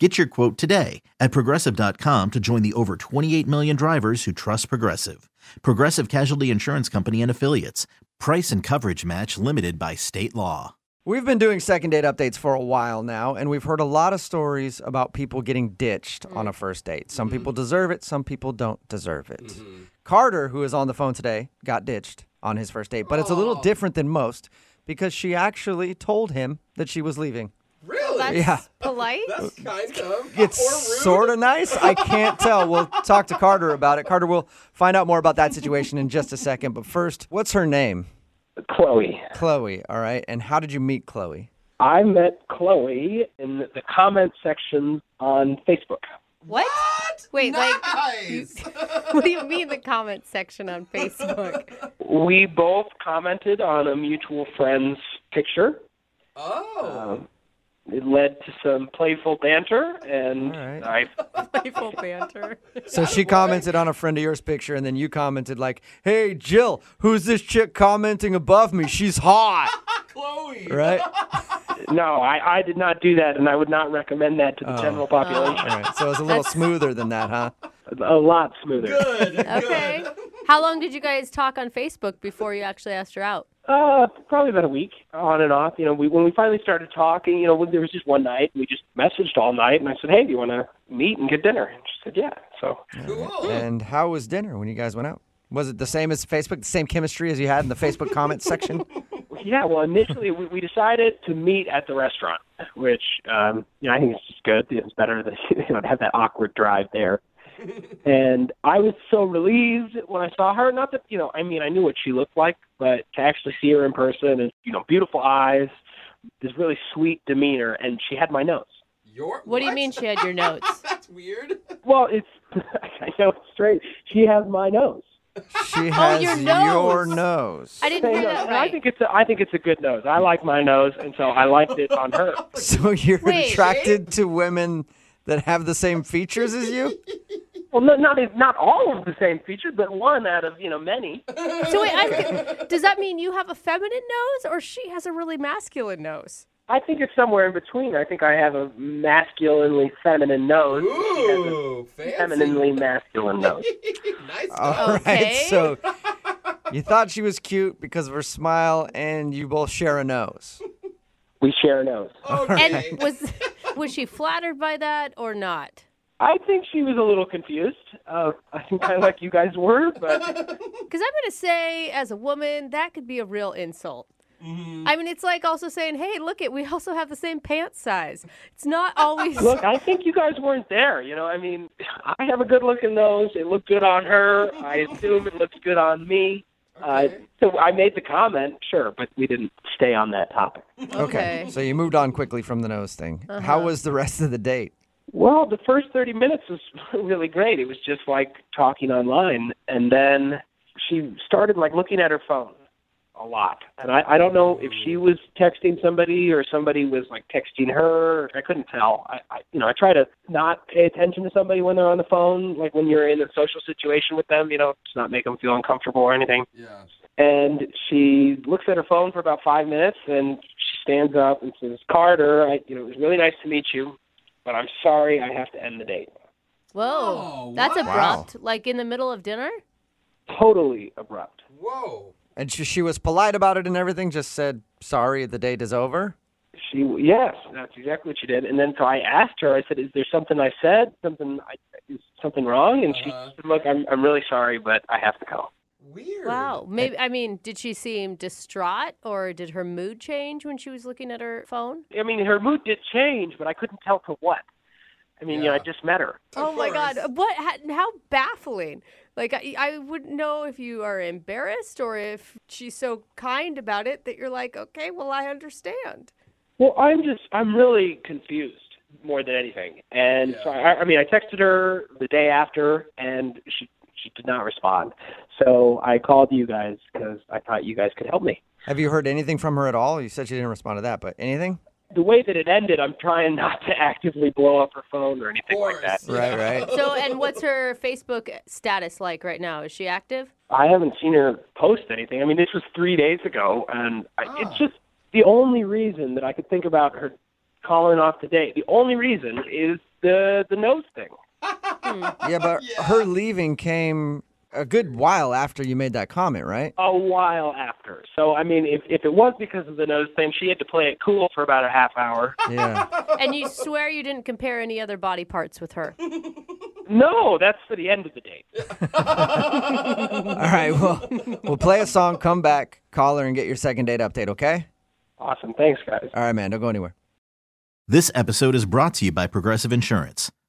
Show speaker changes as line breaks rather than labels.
Get your quote today at progressive.com to join the over 28 million drivers who trust Progressive. Progressive Casualty Insurance Company and Affiliates. Price and coverage match limited by state law.
We've been doing second date updates for a while now, and we've heard a lot of stories about people getting ditched on a first date. Some people deserve it, some people don't deserve it. Carter, who is on the phone today, got ditched on his first date, but it's a little different than most because she actually told him that she was leaving.
Really?
That's
Yeah.
polite.
That's kind of.
It's sort of nice. I can't tell. We'll talk to Carter about it. Carter, we'll find out more about that situation in just a second. But first, what's her name?
Chloe.
Chloe, all right? And how did you meet Chloe?
I met Chloe in the comment section on Facebook.
What? Wait, like, you-
nice.
what do you mean the comment section on Facebook?
We both commented on a mutual friend's picture.
oh.
Um, it led to some playful banter, and
All
I
Playful banter.
So she commented on a friend of yours picture, and then you commented like, "Hey Jill, who's this chick commenting above me? She's hot,
Chloe.
right?"
no, I, I did not do that, and I would not recommend that to the general population.
All right, so it was a little smoother than that, huh?
A lot smoother.
Good.
Okay. How long did you guys talk on Facebook before you actually asked her out?
Uh, probably about a week, on and off. You know, we when we finally started talking, you know, when, there was just one night, we just messaged all night, and I said, "Hey, do you want to meet and get dinner?" And she said, "Yeah." So
Cool.
And how was dinner when you guys went out? Was it the same as Facebook? The same chemistry as you had in the Facebook comment section?
Yeah, well, initially we, we decided to meet at the restaurant, which um, you know I think it's just good. It's better that you know to have that awkward drive there. And I was so relieved when I saw her. Not that you know, I mean, I knew what she looked like, but to actually see her in person and you know, beautiful eyes, this really sweet demeanor, and she had my nose.
Your,
What do you mean she had your notes?
That's weird.
Well, it's I know it's strange. She has my nose.
She has
Oh, your
your
nose.
nose.
I didn't hear
Hey, no,
that
and I
right.
think it's a, I think it's a good nose. I like my nose, and so I liked it on her.
So you're
Wait.
attracted to women that have the same features as you?
Well, no, not not all of the same features, but one out of you know many.
So wait, I'm, does that mean you have a feminine nose or she has a really masculine nose?
I think it's somewhere in between. I think I have a masculinely feminine nose. She has a
Ooh, fancy.
Femininely masculine nose.
nice.
Uh,
All right.
Okay.
So you thought she was cute because of her smile, and you both share a nose.
We share a nose.
okay.
And was was she flattered by that or not?
I think she was a little confused. Uh, I think kind of like you guys were, but
Because I'm going to say, as a woman, that could be a real insult.
Mm-hmm.
I mean, it's like also saying, hey, look it, we also have the same pant size. It's not always.
look, I think you guys weren't there. You know, I mean, I have a good looking nose. It looked good on her. I assume it looks good on me. Uh,
Okay.
so I made the comment, sure, but we didn't stay on that topic.
Okay. Uh-huh.
Okay.
So you moved on quickly from the nose thing. How was the rest of the date?
Well, the first 30 minutes was really great. It was just like talking online. And then she started like looking at her phone a lot. And I, I don't know if she was texting somebody or somebody was like texting her. I couldn't tell. I, I, you know, I try to not pay attention to somebody when they're on the phone, like when you're in a social situation with them, you know, to not make them feel uncomfortable or anything.
yeah.
And she looks at her phone for about five minutes, and she stands up and says, "Carter, I, you know, it was really nice to meet you, but I'm sorry I have to end the date."
Whoa.
Oh,
That's
wow.
abrupt. Like in the middle of dinner?
Totally abrupt.
Whoa.
And she, she was polite about it and everything, just said, sorry, the date is over.
She, yes, that's exactly what she did. And then so I asked her. I said, "Is there something I said? Something I, is something wrong?" And she
Uh-huh.
said, "Look, I'm I'm really sorry, but I have to go."
Weird.
Wow. Maybe I mean, did she seem distraught or did her mood change when she was looking at her phone?
I mean, her mood did change, but I couldn't tell to what. I mean, you know, I
Yeah.
just met her.
Of
oh my
course.
god. What how, how baffling. Like I, I wouldn't know if you are embarrassed or if she's so kind about it that you're like, "Okay, well I understand."
Well, I'm just I'm really confused more than anything, and so I, I mean I texted her the day after, and she she did not respond. So I called you guys because I thought you guys could help me.
Have you heard anything from her at all? You said she didn't respond to that, but anything?
The way that it ended, I'm trying not to actively blow up her phone or anything like that.
Course.
Right, right.
So, and what's her Facebook status like right now? Is she active?
I haven't seen her post anything. I mean, this was three days ago, and I, it's just the only reason that I could think about her calling off today. The only reason is the the nose thing.
Yeah, but her leaving came a good while after you made that comment, right?
A while after, so I mean, if if it was because of the nose thing, she had to play it cool for about a half hour.
Yeah.
And you swear you didn't compare any other body parts with her.
no, that's for the end of the date.
All right. Well, we'll play a song, come back, call her, and get your second date update. Okay.
Awesome, thanks, guys.
All right, man. Don't go anywhere.
This episode is brought to you by Progressive Insurance.